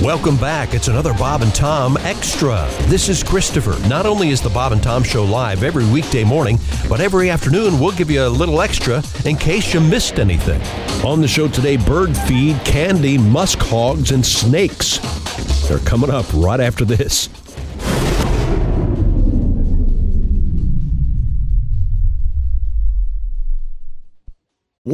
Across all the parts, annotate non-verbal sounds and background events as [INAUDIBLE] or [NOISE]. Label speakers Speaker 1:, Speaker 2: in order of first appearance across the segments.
Speaker 1: Welcome back. It's another Bob and Tom Extra. This is Christopher. Not only is the Bob and Tom Show live every weekday morning, but every afternoon we'll give you a little extra in case you missed anything.
Speaker 2: On the show today, bird feed, candy, musk hogs, and snakes. They're coming up right after this.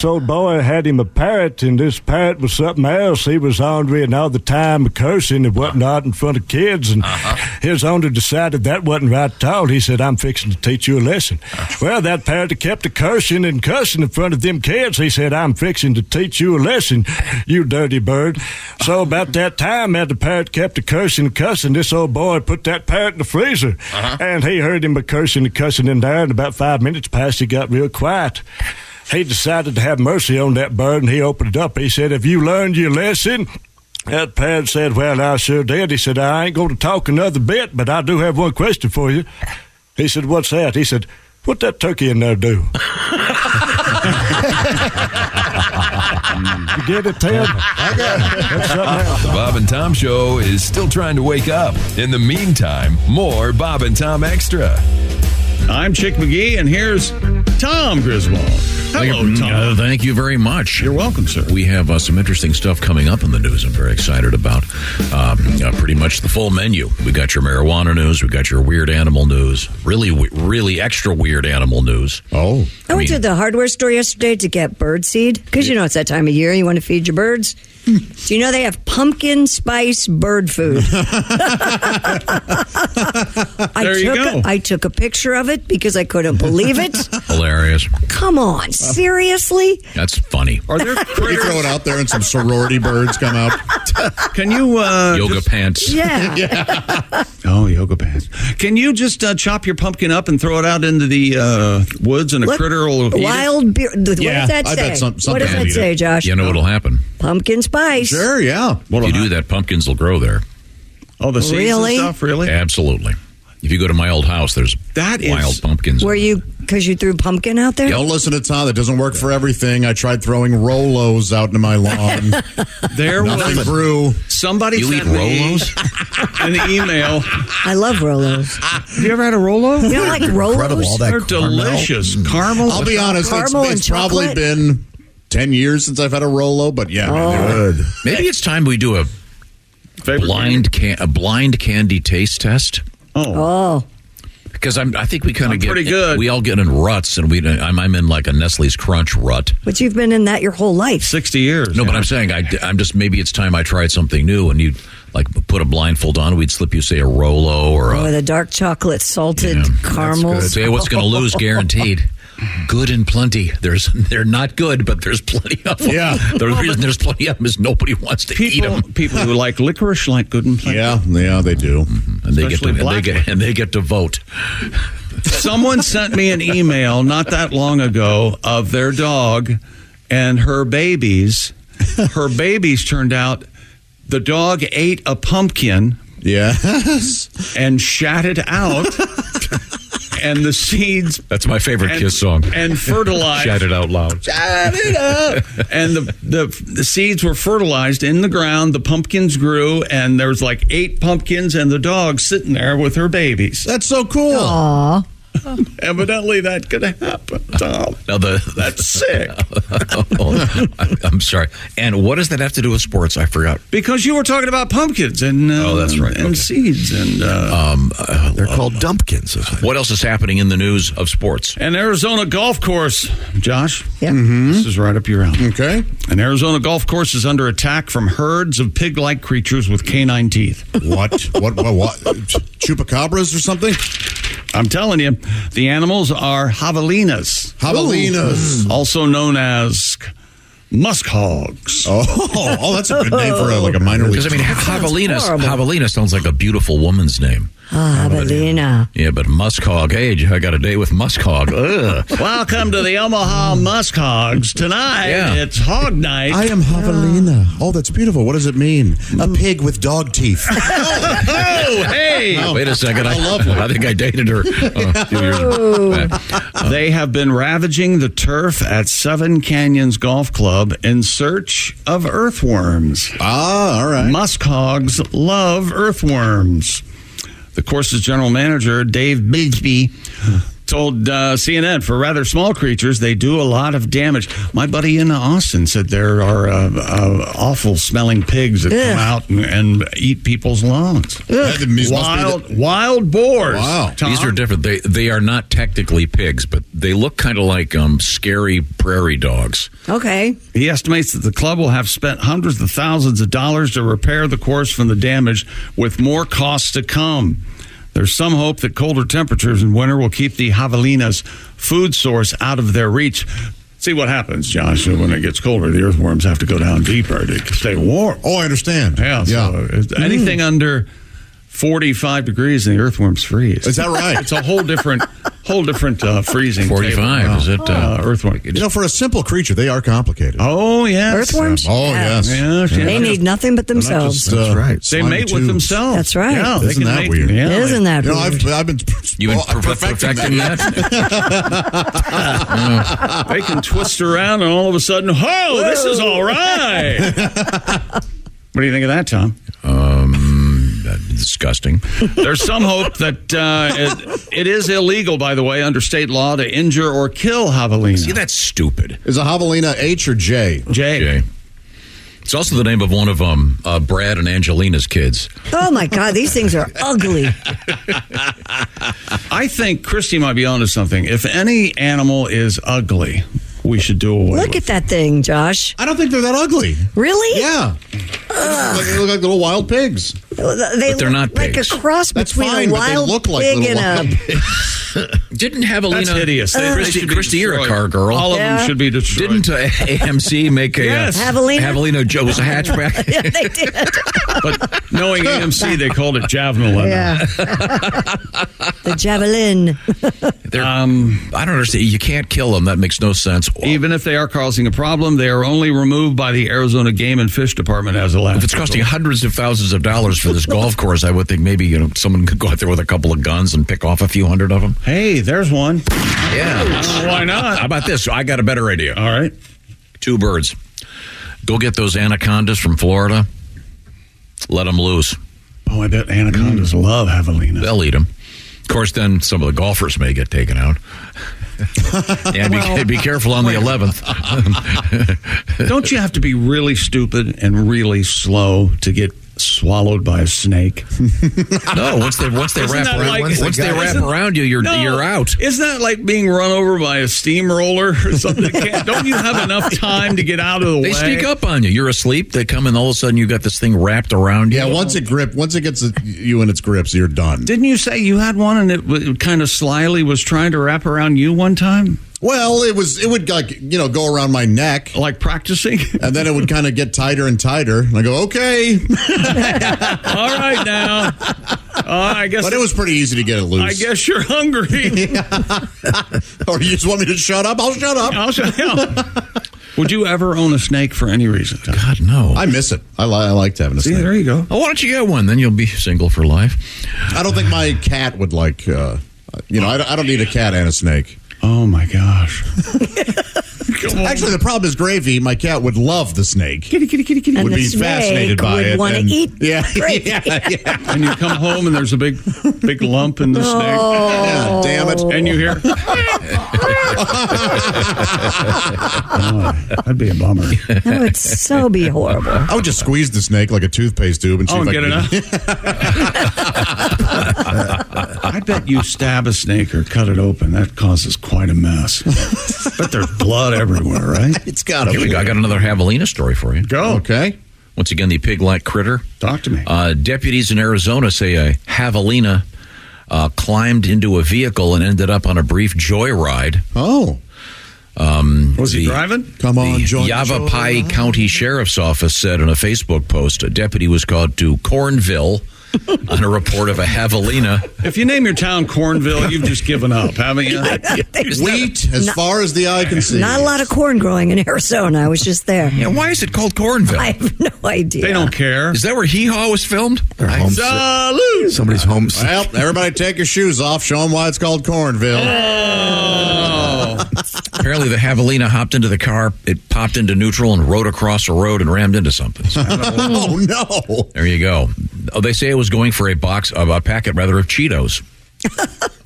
Speaker 3: So boy had him a parrot, and this parrot was something else. He was ornery and all the time cursing and whatnot in front of kids, and his owner decided that wasn't right at all. He said, "I'm fixing to teach you a lesson." Well, that parrot kept a cursing and cussing in front of them kids. He said, "I'm fixing to teach you a lesson, you dirty bird." So about that time, that the parrot kept a cursing and cussing, this old boy put that parrot in the freezer, and he heard him a cursing and cussing in there. And about five minutes passed, he got real quiet he decided to have mercy on that bird and he opened it up. He said, Have you learned your lesson? That parrot said, Well, I sure did. He said, I ain't going to talk another bit, but I do have one question for you. He said, What's that? He said, What that turkey in there do? you get it, Ted? I got it. That's something else.
Speaker 4: The Bob and Tom Show is still trying to wake up. In the meantime, more Bob and Tom Extra.
Speaker 5: I'm Chick McGee, and here's Tom Griswold. Hello,
Speaker 6: Uh,
Speaker 5: Tom.
Speaker 6: thank you very much.
Speaker 5: You're welcome, sir.
Speaker 6: We have uh, some interesting stuff coming up in the news. I'm very excited about um, uh, pretty much the full menu. We got your marijuana news. We got your weird animal news. Really, we- really extra weird animal news.
Speaker 7: Oh.
Speaker 8: I, went to the hardware store yesterday to get bird seed because you know it's that time of year you want to feed your birds. Do you know they have pumpkin spice bird food? I
Speaker 5: There
Speaker 8: took
Speaker 5: you
Speaker 8: A,
Speaker 5: go.
Speaker 8: I took a picture of it because I couldn't believe it.
Speaker 6: Hilarious.
Speaker 8: Come on, seriously?
Speaker 6: That's funny.
Speaker 5: Are there
Speaker 7: You
Speaker 5: critters?
Speaker 7: throw it out there and some sorority birds come out.
Speaker 5: Can you uh,
Speaker 6: Yoga pants.
Speaker 8: Yeah.
Speaker 5: Oh, yoga pants. Can you just uh, chop your pumpkin up and throw it out into the uh, woods and a
Speaker 8: Look,
Speaker 5: critter will eat it?
Speaker 8: wild beer. th- what
Speaker 7: Yeah,
Speaker 8: does that
Speaker 7: I
Speaker 8: say?
Speaker 7: bet some-
Speaker 8: what
Speaker 7: something
Speaker 8: does
Speaker 6: And
Speaker 8: that
Speaker 6: eat
Speaker 8: say,
Speaker 6: it.
Speaker 8: Josh?
Speaker 6: You know what'll happen.
Speaker 8: Pumpkin spice.
Speaker 7: Sure, yeah.
Speaker 6: If you do that, pumpkins will grow there.
Speaker 5: Oh, the seeds
Speaker 8: Really?
Speaker 5: and stuff, really?
Speaker 6: Absolutely. If you go to my old house, there's
Speaker 5: That is-
Speaker 6: wild pumpkins.
Speaker 8: Were you because you threw pumpkin out there?
Speaker 7: Don't listen to Tom. That doesn't work for everything. I tried throwing Rolos out into my lawn.
Speaker 5: There
Speaker 7: Nothing
Speaker 5: was
Speaker 7: grew.
Speaker 5: somebody
Speaker 6: You eat
Speaker 5: sent me
Speaker 6: Rolos?
Speaker 5: [LAUGHS] an
Speaker 6: [LAUGHS]
Speaker 5: email. Have
Speaker 8: I love Rolos.
Speaker 5: you ever had a Rolo?
Speaker 8: You don't like Rolos?
Speaker 5: They're delicious.
Speaker 6: Mm.
Speaker 5: Caramel.
Speaker 7: I'll be honest. It's,
Speaker 8: Caramel
Speaker 7: it's
Speaker 8: and
Speaker 7: probably
Speaker 8: chocolate?
Speaker 7: been 10 years since I've had a Rolo, but yeah. man, they were-
Speaker 6: Maybe it's time we do a
Speaker 5: Favorite
Speaker 6: blind can- a blind candy taste test.
Speaker 5: Oh.
Speaker 8: Oh,
Speaker 6: because I'm. I think we kind
Speaker 8: I'm
Speaker 6: of get
Speaker 8: pretty good.
Speaker 6: We all get in ruts, and we. I'm, I'm in like a Nestle's Crunch rut.
Speaker 8: But you've been in that your whole life.
Speaker 6: Sixty years. No, but I'm saying I, am just maybe it's time I tried something new, and you like put a blindfold on. We'd slip you say a Rolo or a
Speaker 8: With a dark chocolate, salted caramel.
Speaker 6: Say what's going to lose, guaranteed. Good and plenty. There's they're not good, but there's plenty of them.
Speaker 5: Yeah.
Speaker 6: the reason there's plenty of them is nobody wants to eat
Speaker 5: People,
Speaker 6: them.
Speaker 5: people who like licorice like good and plenty.
Speaker 7: Yeah, yeah, they do.
Speaker 6: Mm-hmm. And they get to
Speaker 5: Especially
Speaker 6: and they
Speaker 5: black
Speaker 6: get and they get to vote.
Speaker 5: Someone sent me an email not that long ago of their dog and her babies. Her babies turned out the dog ate a pumpkin.
Speaker 7: Yes.
Speaker 5: And shat it out. and the seeds.
Speaker 6: That's my favorite
Speaker 5: and-
Speaker 6: Kiss song.
Speaker 5: And fertilized.
Speaker 6: Shout it out loud.
Speaker 5: Shut it up. [LAUGHS] and the, the the seeds were fertilized in the ground. The pumpkins grew, and there was like eight pumpkins, and the dog sitting there with her babies.
Speaker 7: That's so cool.
Speaker 8: Aww.
Speaker 5: [LAUGHS] Evidently, that could happen, Tom.
Speaker 6: Now the
Speaker 5: That's sick.
Speaker 6: oh, I- I'm sorry. And what does that have to do with sports? I forgot.
Speaker 5: Because you were talking about pumpkins and uh,
Speaker 6: Oh, that's right.
Speaker 5: and
Speaker 6: Okay.
Speaker 5: seeds and uh,
Speaker 6: Um, uh,
Speaker 9: They're called dumpkins.
Speaker 6: what else is happening in the news of sports?
Speaker 5: an Arizona golf course, Josh.
Speaker 8: Yeah.
Speaker 5: This is right up your alley.
Speaker 7: Mm-hmm. Okay.
Speaker 5: An Arizona golf course is under attack from herds of pig-like creatures with canine teeth.
Speaker 7: What? What? What? what? Chupacabras or something?
Speaker 5: I'm telling you, the animals are javelinas. Mm.
Speaker 7: Javelinas.
Speaker 5: also known as musk hogs.
Speaker 7: Oh, oh, that's a good name for a, like a minor league.
Speaker 6: Because I mean, javelina
Speaker 8: horrible.
Speaker 6: javelina sounds like a beautiful woman's name.
Speaker 8: Ah, Avelina.
Speaker 6: Yeah, but Muskhog. Hey, I got a day with Muskhog. Ugh.
Speaker 5: Welcome to the Omaha Musk Hogs. Tonight,
Speaker 6: Yeah.
Speaker 5: it's hog night.
Speaker 7: I am javelina. Mm. Oh, that's beautiful. What does it mean? A pig with dog [LAUGHS] teeth. [LAUGHS]
Speaker 5: oh, hey!
Speaker 6: Wait a second. I, I think I dated her. uh, a few years back.
Speaker 5: They have been ravaging the turf at Seven Canyons Golf Club in search of earthworms.
Speaker 7: ah, all right.
Speaker 5: Musk hogs love earthworms. The course's general manager, Dave Bigsby, told uh, CNN for rather small creatures, they do a lot of damage. My buddy in Austin said there are uh, uh, awful smelling pigs that come out and, and eat people's lawns.
Speaker 7: That must be
Speaker 5: Wild,
Speaker 7: the-
Speaker 5: wild boars.
Speaker 7: Wow.
Speaker 5: Tom.
Speaker 6: These are different. They they are not technically pigs, but they look kind of like um, scary prairie dogs.
Speaker 8: Okay.
Speaker 5: He estimates that the club will have spent hundreds of thousands of dollars to repair the course from the damage, with more costs to come. There's some hope that colder temperatures in winter will keep the javelinas' food source out of their reach. See what happens, Josh, when it gets colder. The earthworms have to go down deeper to stay warm.
Speaker 7: Oh, I understand.
Speaker 5: Yeah, so if
Speaker 7: Mm-hmm.
Speaker 5: anything under 45 degrees and the earthworms freeze.
Speaker 7: Is that right?
Speaker 5: It's a whole different, whole different uh, freezing. table.
Speaker 6: 45, is it, uh,
Speaker 5: uh, earthworm?
Speaker 7: You know, for a simple creature, they are complicated.
Speaker 5: Oh yes,
Speaker 8: Earthworms?
Speaker 7: Oh, yes.
Speaker 5: Yes, yes,
Speaker 8: They
Speaker 5: yes.
Speaker 8: need nothing but themselves.
Speaker 7: Just, uh,
Speaker 9: right.
Speaker 5: They
Speaker 7: slimy
Speaker 5: mate with
Speaker 7: tubes.
Speaker 5: themselves.
Speaker 8: That's right.
Speaker 5: Yeah, they
Speaker 7: Isn't
Speaker 5: can
Speaker 7: that
Speaker 5: mate-
Speaker 7: weird?
Speaker 5: yeah, they-
Speaker 8: Isn't that
Speaker 7: You know,
Speaker 8: weird?
Speaker 7: I've, I've been
Speaker 6: You've
Speaker 7: [LAUGHS]
Speaker 6: been
Speaker 7: well, I'm
Speaker 6: perfect- perfecting that.
Speaker 5: They can twist around, and all of a sudden, oh, this
Speaker 8: [LAUGHS]
Speaker 5: is all right. what do you think of that, Tom?
Speaker 6: Um, that's disgusting. [LAUGHS]
Speaker 5: There's some hope that uh, it, it is illegal, by the way, under state law to injure or kill javelinas.
Speaker 6: See, that's stupid.
Speaker 7: Is a javelina H or J?
Speaker 5: Jay.
Speaker 6: Jay. It's also the name of one of um, uh, Brad and Angelina's kids.
Speaker 8: Oh my God, these things
Speaker 7: [LAUGHS]
Speaker 8: are ugly.
Speaker 5: I think Christy might be onto something. If any animal is ugly, we should do away
Speaker 8: Look
Speaker 5: with
Speaker 8: at that thing, Josh.
Speaker 7: I don't think they're that ugly.
Speaker 8: Really?
Speaker 7: Yeah. Like, they look like little wild pigs.
Speaker 8: They but
Speaker 6: they're not
Speaker 8: like
Speaker 6: pigs.
Speaker 8: a cross
Speaker 7: That's
Speaker 8: between
Speaker 7: fine,
Speaker 8: a
Speaker 7: but they
Speaker 8: wild
Speaker 7: look like
Speaker 8: pig
Speaker 7: little
Speaker 8: and
Speaker 7: wild
Speaker 8: a.
Speaker 7: pigs.
Speaker 6: Didn't have
Speaker 5: That's hideous. They- they
Speaker 6: Christy,
Speaker 5: should be
Speaker 6: Christy, you're a
Speaker 5: destroyed.
Speaker 6: car girl.
Speaker 5: All of
Speaker 8: Yeah.
Speaker 5: them should be destroyed.
Speaker 6: Didn't uh, AMC make a
Speaker 5: Yes.
Speaker 6: uh,
Speaker 8: Javelina?
Speaker 6: Javelina Joe's hatchback?
Speaker 8: [LAUGHS] Yeah, they did.
Speaker 7: [LAUGHS]
Speaker 5: but knowing AMC, they called it javelin.
Speaker 8: Yeah. [LAUGHS] the javelin.
Speaker 6: [LAUGHS] They're, I don't understand. You can't kill them. That makes no sense.
Speaker 5: Even if they are causing a problem, they are only removed by the Arizona Game and Fish Department as a last.
Speaker 6: if it's costing hundreds of thousands of dollars for this golf course, I would think maybe you know someone could go out there with a couple of guns and pick off a few hundred of them.
Speaker 5: hey, there's one.
Speaker 6: Yeah.
Speaker 5: Why
Speaker 6: How
Speaker 5: not?
Speaker 6: about this? I got a better idea.
Speaker 5: All right.
Speaker 6: Two birds. Go get those anacondas from Florida. Let them loose.
Speaker 5: Oh, I bet anacondas love [LAUGHS] javelinas.
Speaker 6: They'll eat them. Of course, then some of the golfers may get
Speaker 9: [LAUGHS]
Speaker 6: taken out. and be, be careful on the
Speaker 9: [LAUGHS]
Speaker 6: 11th.
Speaker 5: Don't you have to be really stupid and really slow to get
Speaker 9: swallowed by a
Speaker 5: [LAUGHS]
Speaker 9: snake.
Speaker 6: No, once they once they
Speaker 9: Isn't
Speaker 6: wrap
Speaker 9: that
Speaker 6: around
Speaker 9: like-
Speaker 6: once, they
Speaker 9: Isn't-
Speaker 6: wrap around you, you're
Speaker 9: No.
Speaker 6: you're out.
Speaker 5: Isn't that like being run over by a steamroller [LAUGHS] or something? Can't- Don't you have [LAUGHS] enough time to get out of the
Speaker 6: They
Speaker 5: way?
Speaker 6: sneak up on you. You're asleep. They come and all of a sudden you got this thing wrapped around you.
Speaker 7: Yeah, once it grip, once it gets you in its grips, you're done.
Speaker 5: Didn't you say you had one and it, w- it kind of slyly was trying to wrap around you one time?
Speaker 7: Well, it was it would like you know go around my neck
Speaker 5: like practicing, [LAUGHS]
Speaker 7: and then it would kind of get tighter and tighter. And I go, okay,
Speaker 5: All right, now. Uh, I guess.
Speaker 7: but it was pretty easy to get it loose.
Speaker 5: I guess you're [LAUGHS] hungry.
Speaker 7: or you just want me to shut up? I'll shut up.
Speaker 5: I'll shut up. Would you ever own a snake for any reason? Tom?
Speaker 6: God no.
Speaker 7: I miss it. I, li- I liked having a
Speaker 5: See,
Speaker 7: snake.
Speaker 5: there you go.
Speaker 6: Oh, why don't you get one? Then you'll be single for life.
Speaker 7: I don't think my cat would like. Uh, you know, I, don't- I don't need a cat and a snake.
Speaker 5: Oh my gosh!
Speaker 7: Actually, the problem is gravy. My cat would love the snake.
Speaker 5: Kitty, kitty, kitty, kitty.
Speaker 8: And
Speaker 7: would
Speaker 8: the
Speaker 7: be
Speaker 8: snake
Speaker 7: fascinated by
Speaker 8: would
Speaker 7: it.
Speaker 8: wanna
Speaker 7: and-
Speaker 8: eat
Speaker 7: yeah, [LAUGHS]
Speaker 8: gravy.
Speaker 7: yeah, yeah.
Speaker 5: And you come home and there's a big, big lump in the
Speaker 8: Oh.
Speaker 7: Yeah, damn it.
Speaker 5: snake, and you hear. [LAUGHS] Oh, that'd be a bummer.
Speaker 8: That would so be
Speaker 7: [LAUGHS]
Speaker 8: horrible.
Speaker 7: I would just squeeze the snake like a toothpaste tube and see
Speaker 5: Oh,
Speaker 7: if
Speaker 5: and
Speaker 7: I
Speaker 5: get
Speaker 7: could-
Speaker 5: enough. [LAUGHS] I bet you stab a snake or cut it open. That causes quite a mess. but there's blood everywhere, right?
Speaker 7: It's got
Speaker 6: Here we go. I
Speaker 7: to
Speaker 6: got another javelina story for you.
Speaker 5: Go.
Speaker 7: Okay.
Speaker 6: Once again, the pig-like critter.
Speaker 5: Talk to me.
Speaker 10: Um,
Speaker 6: Uh, deputies in Arizona say a javelina uh, climbed into a vehicle and ended up on a brief joyride.
Speaker 7: Oh,
Speaker 5: Was he
Speaker 6: the-
Speaker 5: driving?
Speaker 7: come on,
Speaker 6: the
Speaker 7: join the
Speaker 6: Yavapai County Sheriff's Office said in a Facebook post a deputy was called to Cornville on a report of a javelina.
Speaker 5: If you name your town Cornville, you've just given up, haven't you?
Speaker 7: show. Wheat, as far as the eye can see.
Speaker 8: Not a lot of corn growing in Arizona. I was just there.
Speaker 6: And why is it called Cornville?
Speaker 8: [LAUGHS] I have no idea.
Speaker 5: They don't care.
Speaker 6: is that where Hee Haw was filmed?
Speaker 5: Salute!
Speaker 9: Somebody's homesick.
Speaker 7: Well, everybody take your shoes off. Show them why it's called Cornville.
Speaker 5: Oh.
Speaker 6: Apparently, the javelina hopped into the car. It popped into neutral and rode across a road and rammed into something.
Speaker 7: Oh, no.
Speaker 6: there you go. Oh, they say it was going for a box of a packet rather of Cheetos.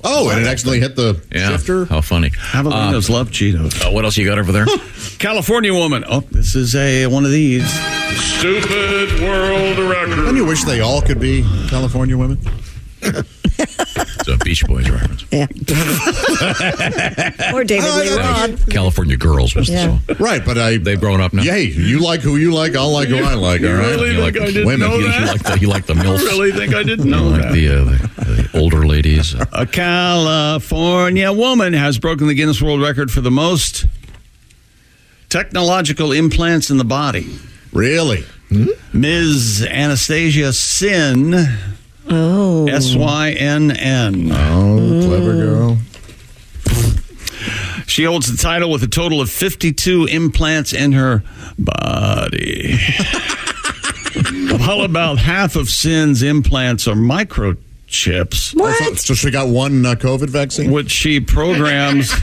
Speaker 7: Oh, and it actually hit the shifter.
Speaker 6: How funny.
Speaker 5: Javelinos love Cheetos.
Speaker 6: Uh, what else you got [LAUGHS] over there?
Speaker 5: California woman. Oh, this is a one of these. Stupid world
Speaker 7: Don't
Speaker 5: record.
Speaker 7: you wish they all could be California women?
Speaker 6: it's a Beach Boys
Speaker 5: [LAUGHS]
Speaker 6: reference.
Speaker 8: Or David
Speaker 7: Oh,
Speaker 8: Lee
Speaker 7: yeah.
Speaker 8: Roth.
Speaker 6: California Girls was
Speaker 8: Yeah.
Speaker 6: the song.
Speaker 7: Right, but I.
Speaker 6: They've grown up now.
Speaker 7: Yay, you like who you like, I'll like who I like, all
Speaker 5: You
Speaker 7: right?
Speaker 5: really
Speaker 6: You like
Speaker 5: think I
Speaker 6: the
Speaker 5: didn't
Speaker 6: women.
Speaker 5: know
Speaker 6: you, you
Speaker 5: that?
Speaker 6: like the you like the
Speaker 5: I
Speaker 6: milfs.
Speaker 5: really think I didn't know
Speaker 6: You like
Speaker 5: that.
Speaker 6: the, uh, the, the older
Speaker 5: [LAUGHS]
Speaker 6: ladies. Uh,
Speaker 5: A California woman has broken the Guinness World Record for the most technological implants in the body.
Speaker 7: Really?
Speaker 5: Ms. Anastasia Sin. Oh. S Y N N.
Speaker 7: Oh, clever girl.
Speaker 5: She holds the title with a total of 52 implants in her body. While about half of Sin's implants are microchips,
Speaker 8: What?
Speaker 7: So she got one uh, COVID vaccine?
Speaker 5: which she programs.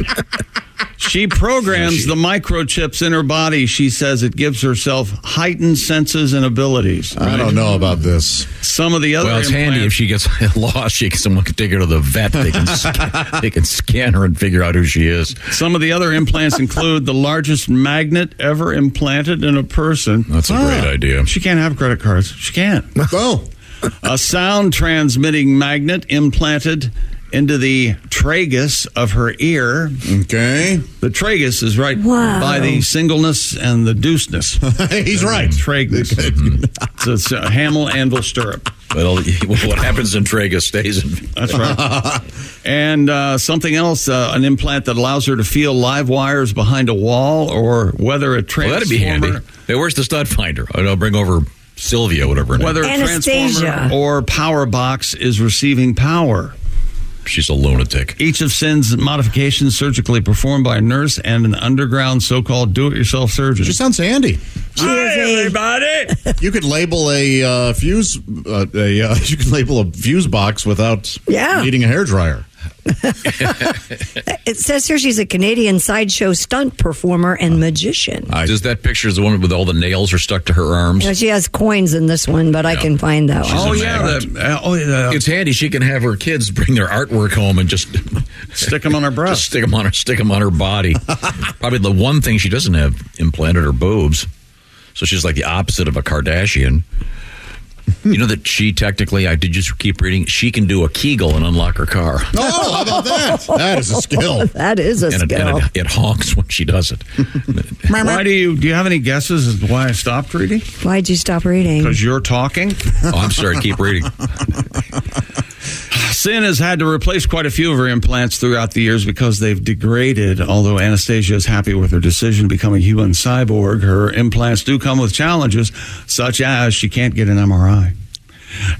Speaker 5: She programs the microchips in her body. She says it gives herself heightened senses and abilities.
Speaker 7: I don't know about
Speaker 5: [LAUGHS]
Speaker 7: this.
Speaker 5: Some of the other
Speaker 6: Uh, well, it's handy if
Speaker 5: implants-
Speaker 6: she gets [LAUGHS] lost. She someone can take her to the vet. They can [LAUGHS] scan, they can scan her and figure out who she is.
Speaker 5: Some of the other implants include the largest magnet ever implanted in a person. Ah,
Speaker 6: That's a great idea.
Speaker 5: She can't have credit cards. She can't.
Speaker 7: Oh,
Speaker 5: a sound transmitting magnet implanted into the tragus of her ear.
Speaker 7: okay.
Speaker 5: The tragus is right
Speaker 8: Wow.
Speaker 5: by the singleness and the [LAUGHS] deuceness.
Speaker 7: He's right.
Speaker 5: Tragus. So [LAUGHS] it's a Hamel anvil stirrup.
Speaker 10: [LAUGHS]
Speaker 6: Well, what happens in Tragus stays in.
Speaker 5: That's [LAUGHS] right. and uh, something else, uh, an implant that allows her to feel live wires behind a wall or whether a
Speaker 6: Well,
Speaker 5: transformer.
Speaker 6: that'd be handy. Hey, where's the stud finder? Oh, no, bring over Sylvia, whatever. her name
Speaker 5: Whether a
Speaker 8: Anastasia.
Speaker 5: transformer or power box is receiving power.
Speaker 6: is. She's a lunatic.
Speaker 5: Each of Sin's modifications surgically performed by a nurse and an underground so called do it yourself surgeon.
Speaker 7: She sounds handy.
Speaker 5: Hi, everybody!
Speaker 7: You could label a uh, fuse, uh, a uh, [LAUGHS] you could label a fuse box without
Speaker 8: Yeah.
Speaker 7: needing a hairdryer.
Speaker 8: It says here she's a Canadian sideshow stunt performer and magician.
Speaker 6: Does that picture is the one with all the nails are stuck to her arms?
Speaker 8: Now, she has coins in this one, but I can find that one.
Speaker 5: oh, yeah, the, uh, oh, yeah.
Speaker 6: It's handy. She can have her kids bring their artwork home and just
Speaker 5: Stick them on her
Speaker 6: just [LAUGHS]
Speaker 5: breast.
Speaker 6: stick them on her stick 'em on her [LAUGHS] body. Probably the one thing she doesn't have implanted are boobs, so she's like the opposite of a Kardashian.
Speaker 10: You know that she technically, I did just keep reading, she can do a Kegel and unlock her car.
Speaker 7: Oh, how about that? That is a skill.
Speaker 8: that is a
Speaker 10: and it,
Speaker 8: skill.
Speaker 10: and it, it honks when she does it.
Speaker 6: [LAUGHS]
Speaker 5: Why do you do you have any guesses as to why I stopped reading?
Speaker 8: Why'd you stop reading?
Speaker 5: Because you're talking.
Speaker 10: Oh, I'm sorry. Keep reading.
Speaker 5: Sin has had to replace quite a few of her implants throughout the years because they've degraded. Although Anastasia is happy with her decision to become a human cyborg, her implants do come with challenges, such as she can't get an MRI.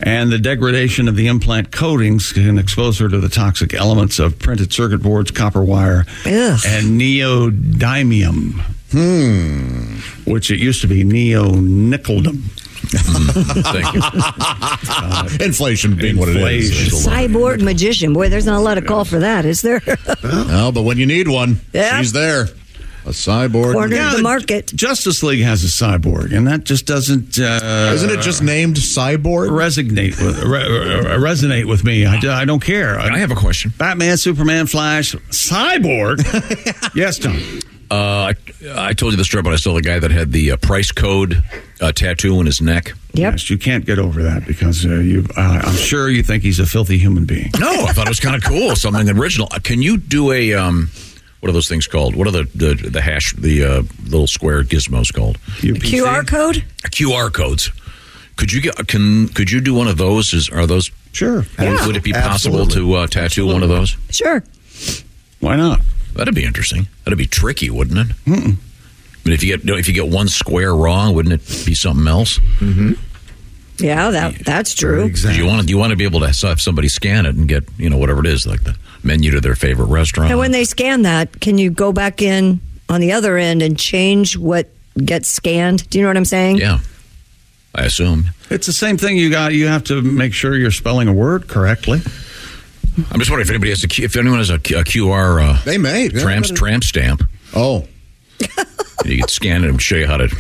Speaker 5: And the degradation of the implant coatings can expose her to the toxic elements of printed circuit boards, copper wire, and neodymium, Hmm. which it used to be neonickeldum.
Speaker 10: Thank you.
Speaker 7: [LAUGHS] Inflation being what it is.
Speaker 5: Inflation.
Speaker 8: Cyborg magician. Boy, there's not a lot of call for that, is there? [LAUGHS]
Speaker 7: No, but when you need one,
Speaker 8: Yeah.
Speaker 7: she's there. A cyborg.
Speaker 8: Corner of the market.
Speaker 5: Justice League has a cyborg, and that just doesn't. Uh,
Speaker 7: Isn't it just named Cyborg?
Speaker 5: resonate with re- re- resonate with me? I, do, I don't care.
Speaker 10: I have a question.
Speaker 5: Batman, Superman, Flash,
Speaker 7: [LAUGHS]
Speaker 5: cyborg. yes, Tom.
Speaker 10: Uh, I, I told you the story, but I saw the guy that had the uh, price code uh, tattoo on his neck.
Speaker 8: Yep.
Speaker 5: Yes, you can't get over that because uh, you. Uh, I'm sure you think he's a filthy human being.
Speaker 10: No, I thought it was kind of cool, something original. Uh, Can you do a um, what are those things called? What are the the, the hash the uh, little square gizmos called?
Speaker 5: You piece of-
Speaker 8: QR code?
Speaker 10: QR codes. Could you get uh, can could you do one of those? Is are those
Speaker 5: Sure.
Speaker 10: Would, would it be possible to uh, tattoo one of those?
Speaker 8: Sure.
Speaker 5: Why not?
Speaker 10: That'd be interesting. That'd be tricky, wouldn't it? Mm-mm. I mean, if you get if you get one square wrong, wouldn't it be something else?
Speaker 8: Yeah, that that's true.
Speaker 10: Do you want to, you want to be able to have somebody scan it and get you know whatever it is like the menu to their favorite restaurant.
Speaker 8: And when they scan that, can you go back in on the other end and change what gets scanned? Do you know what I'm saying?
Speaker 10: yeah, I assume.
Speaker 5: It's the same thing. You got. You have to make sure you're spelling a
Speaker 7: [LAUGHS]
Speaker 5: word correctly.
Speaker 10: I'm just wondering if anybody has a Q, if anyone has a, Q- a QR uh,
Speaker 7: They may. Yeah.
Speaker 10: tramp tramp stamp,
Speaker 7: Oh.
Speaker 10: you can scan it and show you how to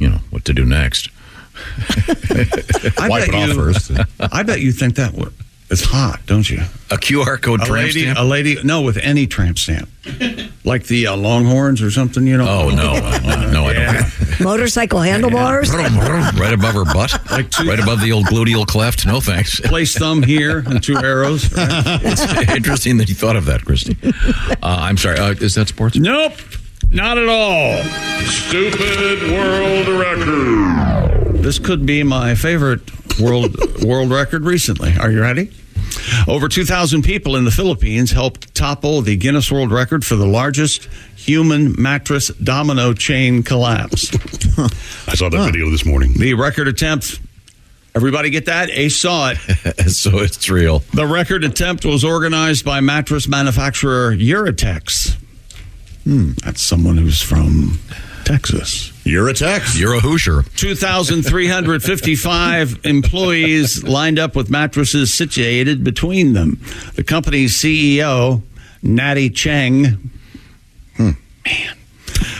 Speaker 10: you know what to do next.
Speaker 5: I
Speaker 7: Wipe it
Speaker 5: bet
Speaker 7: off
Speaker 5: you-
Speaker 7: first.
Speaker 5: [LAUGHS] I bet you think that wo- it's hot, don't you?
Speaker 10: A QR code
Speaker 5: A
Speaker 10: tramp
Speaker 5: lady, [LAUGHS]
Speaker 10: stamp.
Speaker 5: a lady, no, with any tramp
Speaker 10: [LAUGHS]
Speaker 5: stamp, like the uh, Longhorns or something, you know.
Speaker 10: oh no, uh, no, no, I don't.
Speaker 8: Motorcycle handlebars?
Speaker 10: Vroom, vroom, right above her butt, right above the old gluteal cleft. No thanks. [LAUGHS]
Speaker 5: [LAUGHS] Place thumb here and two arrows.
Speaker 10: It's interesting that you thought of that, Christy. Uh, I'm sorry. Uh, is that sports?
Speaker 5: nope, not at all.
Speaker 6: Stupid world record.
Speaker 5: This could be my favorite world [LAUGHS] world record recently. Are you ready? Over 2,000 people in the Philippines helped topple the Guinness World Record for the largest human mattress domino chain collapse.
Speaker 6: I saw that video this morning.
Speaker 5: The record attempt. Everybody get that? Ace saw it.
Speaker 10: [LAUGHS] so it's real.
Speaker 5: The record attempt was organized by mattress manufacturer Eurotex. Hmm, that's someone who's from Texas.
Speaker 7: You're a text.
Speaker 10: You're a
Speaker 7: [LAUGHS]
Speaker 10: Hoosier.
Speaker 5: 2,355 employees lined up with mattresses situated between them. The company's CEO, Natty Cheng, man,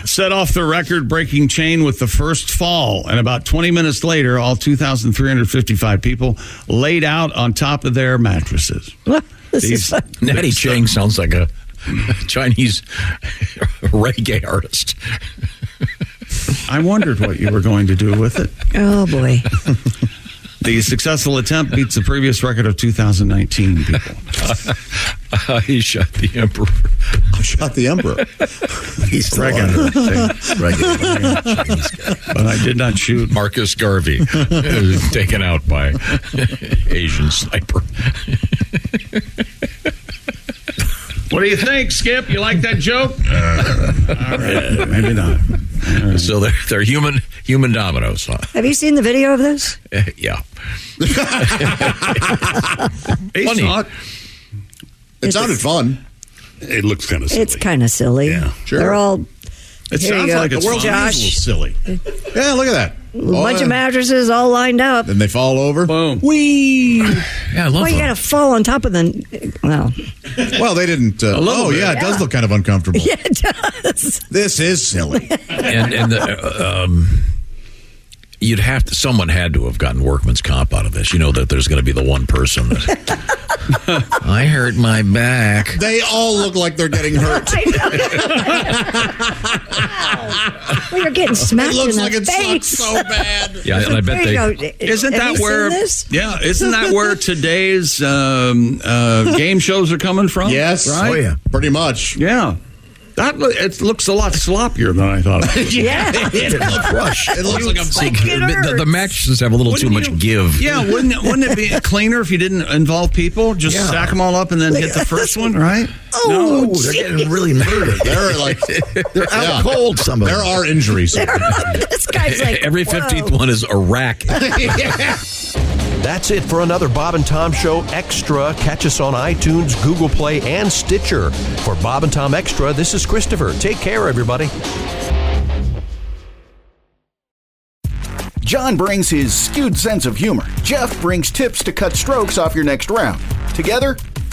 Speaker 5: set off the record breaking chain with the first fall. And about 20 minutes later, all 2,355 people laid out on top of their mattresses.
Speaker 8: [LAUGHS] This is
Speaker 5: These-
Speaker 8: fun.
Speaker 10: Natty Chang sounds like a [LAUGHS] Chinese [LAUGHS] reggae artist.
Speaker 5: I wondered what you were going to do with it.
Speaker 8: Oh boy.
Speaker 5: The successful attempt beats the previous record of 2019 people.
Speaker 10: [LAUGHS] he shot the emperor.
Speaker 7: Shot the emperor. [LAUGHS]
Speaker 10: He's the
Speaker 5: Reggae.
Speaker 10: Reggae.
Speaker 5: But I did not shoot.
Speaker 10: Marcus Garvey [LAUGHS] was taken out by [LAUGHS] Asian sniper.
Speaker 5: [LAUGHS] What do you think, Skip? You like that joke? all right, maybe not.
Speaker 10: So they're they're human human dominoes. huh?
Speaker 8: Have you seen the video of this?
Speaker 10: yeah.
Speaker 5: Ace
Speaker 10: Funny.
Speaker 5: saw it.
Speaker 7: It sounded fun.
Speaker 6: It looks kind of silly.
Speaker 8: It's kind of silly.
Speaker 6: Yeah,
Speaker 7: sure.
Speaker 8: They're all
Speaker 5: It
Speaker 8: Here you
Speaker 5: sounds
Speaker 8: go.
Speaker 5: like
Speaker 8: The
Speaker 5: it's
Speaker 8: world's
Speaker 5: fun.
Speaker 8: Josh.
Speaker 5: silly.
Speaker 7: Yeah, look at that. Oh,
Speaker 8: a bunch of mattresses all lined up.
Speaker 7: Then they fall over.
Speaker 5: Boom.
Speaker 7: Whee!
Speaker 10: Yeah, I love
Speaker 8: Well, you
Speaker 10: them.
Speaker 8: gotta fall on top of the. Well,
Speaker 7: Well, they didn't. Uh,
Speaker 5: little
Speaker 7: oh,
Speaker 5: bit.
Speaker 7: yeah, it does look kind of uncomfortable.
Speaker 8: it does. [LAUGHS]
Speaker 7: This is silly.
Speaker 10: and and the, uh, um,
Speaker 6: you'd have to, someone had to have gotten workman's comp out of this. You know that there's going to be the one person that [LAUGHS] I hurt my back.
Speaker 11: They all look like they're getting hurt.
Speaker 8: [LAUGHS] Well, you're getting smacked
Speaker 11: It looks
Speaker 8: in
Speaker 11: like
Speaker 8: the
Speaker 11: it sucks
Speaker 8: face. [LAUGHS]
Speaker 11: so bad.
Speaker 6: Yeah, and I bet they.
Speaker 5: Isn't
Speaker 8: Have
Speaker 5: that
Speaker 8: you
Speaker 5: where?
Speaker 8: seen
Speaker 5: [LAUGHS]
Speaker 8: this?
Speaker 5: Yeah, isn't that
Speaker 8: [LAUGHS]
Speaker 5: where today's um, uh, game shows are coming from?
Speaker 11: Yes.
Speaker 5: right.
Speaker 11: Oh, yeah. Pretty much.
Speaker 5: Yeah, that lo- it looks a lot sloppier than I thought. It was.
Speaker 8: Yeah.
Speaker 6: It looks rush.
Speaker 11: It looks like I'm
Speaker 6: Like, the, the matches have a little too much
Speaker 5: Wouldn't
Speaker 6: give.
Speaker 5: Yeah, wouldn't it, wouldn't it be cleaner if you didn't involve people? Just
Speaker 6: Yeah.
Speaker 5: stack them all up and then hit the first one, right?
Speaker 8: Oh,
Speaker 6: Ooh, they're getting really murdered.
Speaker 11: They're like
Speaker 6: They're out cold. Some of
Speaker 11: there
Speaker 6: them.
Speaker 11: are injuries.
Speaker 8: this guy's like
Speaker 6: [LAUGHS] Every
Speaker 8: whoa.
Speaker 6: fifteenth one is a rack.
Speaker 12: That's it for another Bob and Tom Show Extra. Catch us on iTunes, Google Play, and Stitcher. For Bob and Tom Extra, this is Christopher. Take care, everybody.
Speaker 7: John brings his skewed sense of humor. Jeff brings tips to cut strokes off your next round. Together,